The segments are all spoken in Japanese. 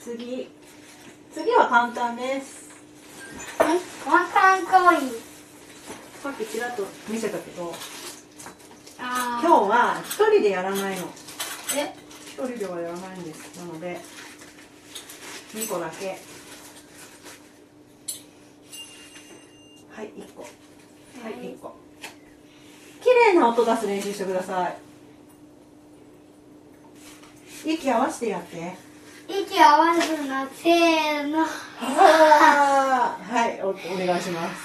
次次は簡単ですワンタンかわいい。さっきちらっと見せたけどあ今日は一人でやらないの日。え、一人ではやらないんですなので2個だけはい1個はい1個綺麗な音出す練習してください息合わせてやって息合わせるな、せーの。はあーはいおお願いします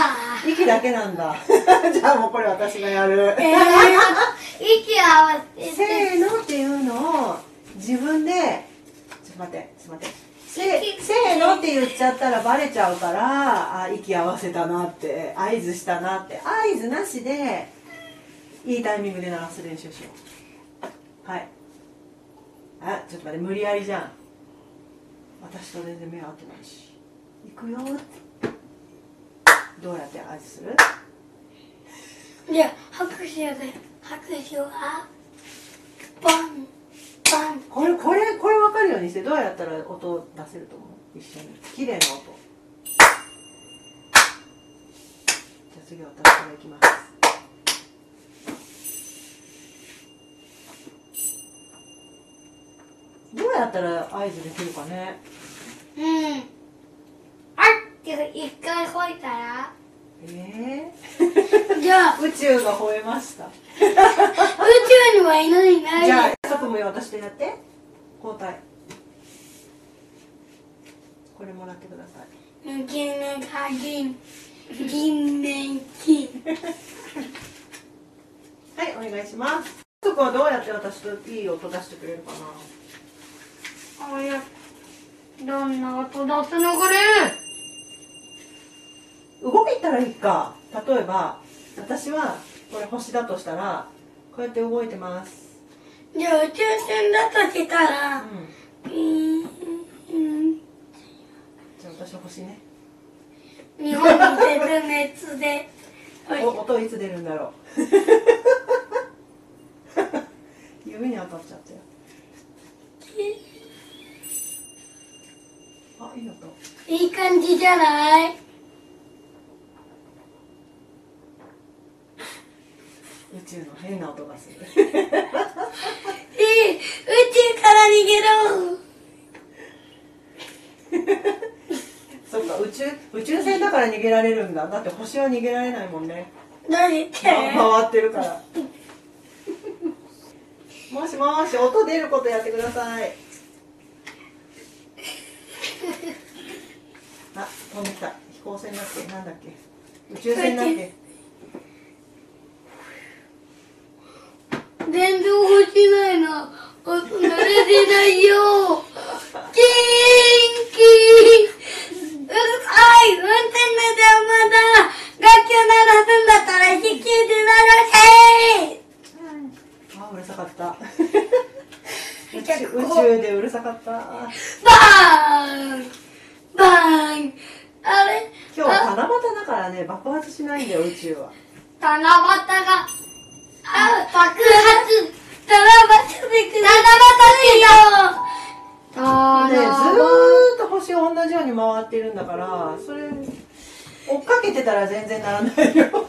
あ。息だけなんだ じゃあもうこれ私がやるえー、 息合わ せせて。ーのっていうのを自分でちょっと待ってちょっと待ってせせーのって言っちゃったらバレちゃうからあ息合わせたなって合図したなって合図なしでいいタイミングで鳴らす練習しようはいあちょっと待って無理やりじゃん私と全然目合ってないし行くよどうやって合図するいや、拍手で、拍手は、バン、バン。これこれこれ分かるようにしてどうやったら音出せると思う一緒に綺麗な音じゃあ次は私からいきますどうやったら合図できるかねうん。あっって一回吠えたら、えじゃあ、ー、宇宙が吠えました宇宙には犬いないじゃよ。あ佐もよ私とやって交代これもらってください抜けなかぎん、銀年金。はい、お願いします。そこはどうやって私といい音出してくれるかな。 あいや、どんな音出すのこれ動いたらいいか。例えば、私はこれ星だとしたら、こうやって動いてます。じゃあ宇宙船だとしたうら、ん。うーん、じゃあ私星ね。日本に絶滅で、お音いつ出るんだろう。 指に当たっちゃったよ。あ、いい音。いい感じじゃない宇宙の変な音がする。 えい宇宙から逃げろそっか、宇宙、宇宙船だから逃げられるんだ。だって星は逃げられないもんね。何言ってま回ってるから。 もしもし、音出ることやってください。あ、飛んできた。飛行船だっけ、なんだっけ。宇宙船だっけ。全然落ちないな。お慣れてないよ。キーンキーン。うるさい運転の邪魔だ楽器を鳴らすんだったら引きで鳴らせあ、うるさか った。宇結構宙宇宙でうるさかった。バーンバーンあれ今日 아,は七夕だからね、爆発しないんだよ、宇宙は。七夕が、あ、爆発七夕でくだね、七夕でずよーっと星を同じように回ってるんだから、それ。追っかけてたら全然ならない よ。うわ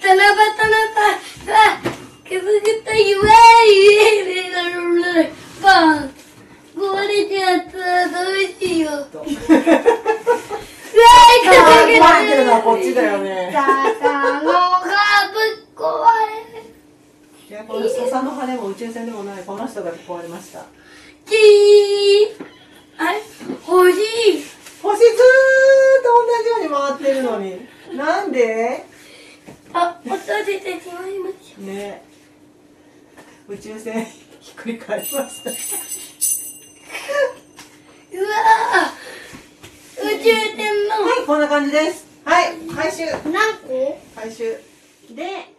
七夕のさ、さ、くすぐったいわい、バン壊れちゃった、どうしよう。うわとー、くすぐった壊れてるのはこっちだよね笹のがぶっ壊れる。いやこの笹の羽も宇宙船でもないこの人が壊れましたキーあれ欲しい。星ずーっと同じように回ってるのになんであ、音出てしまいましね宇宙船ひっくり返りましたた。うわー宇宙船のはいこんな感じですはい回収何個回収で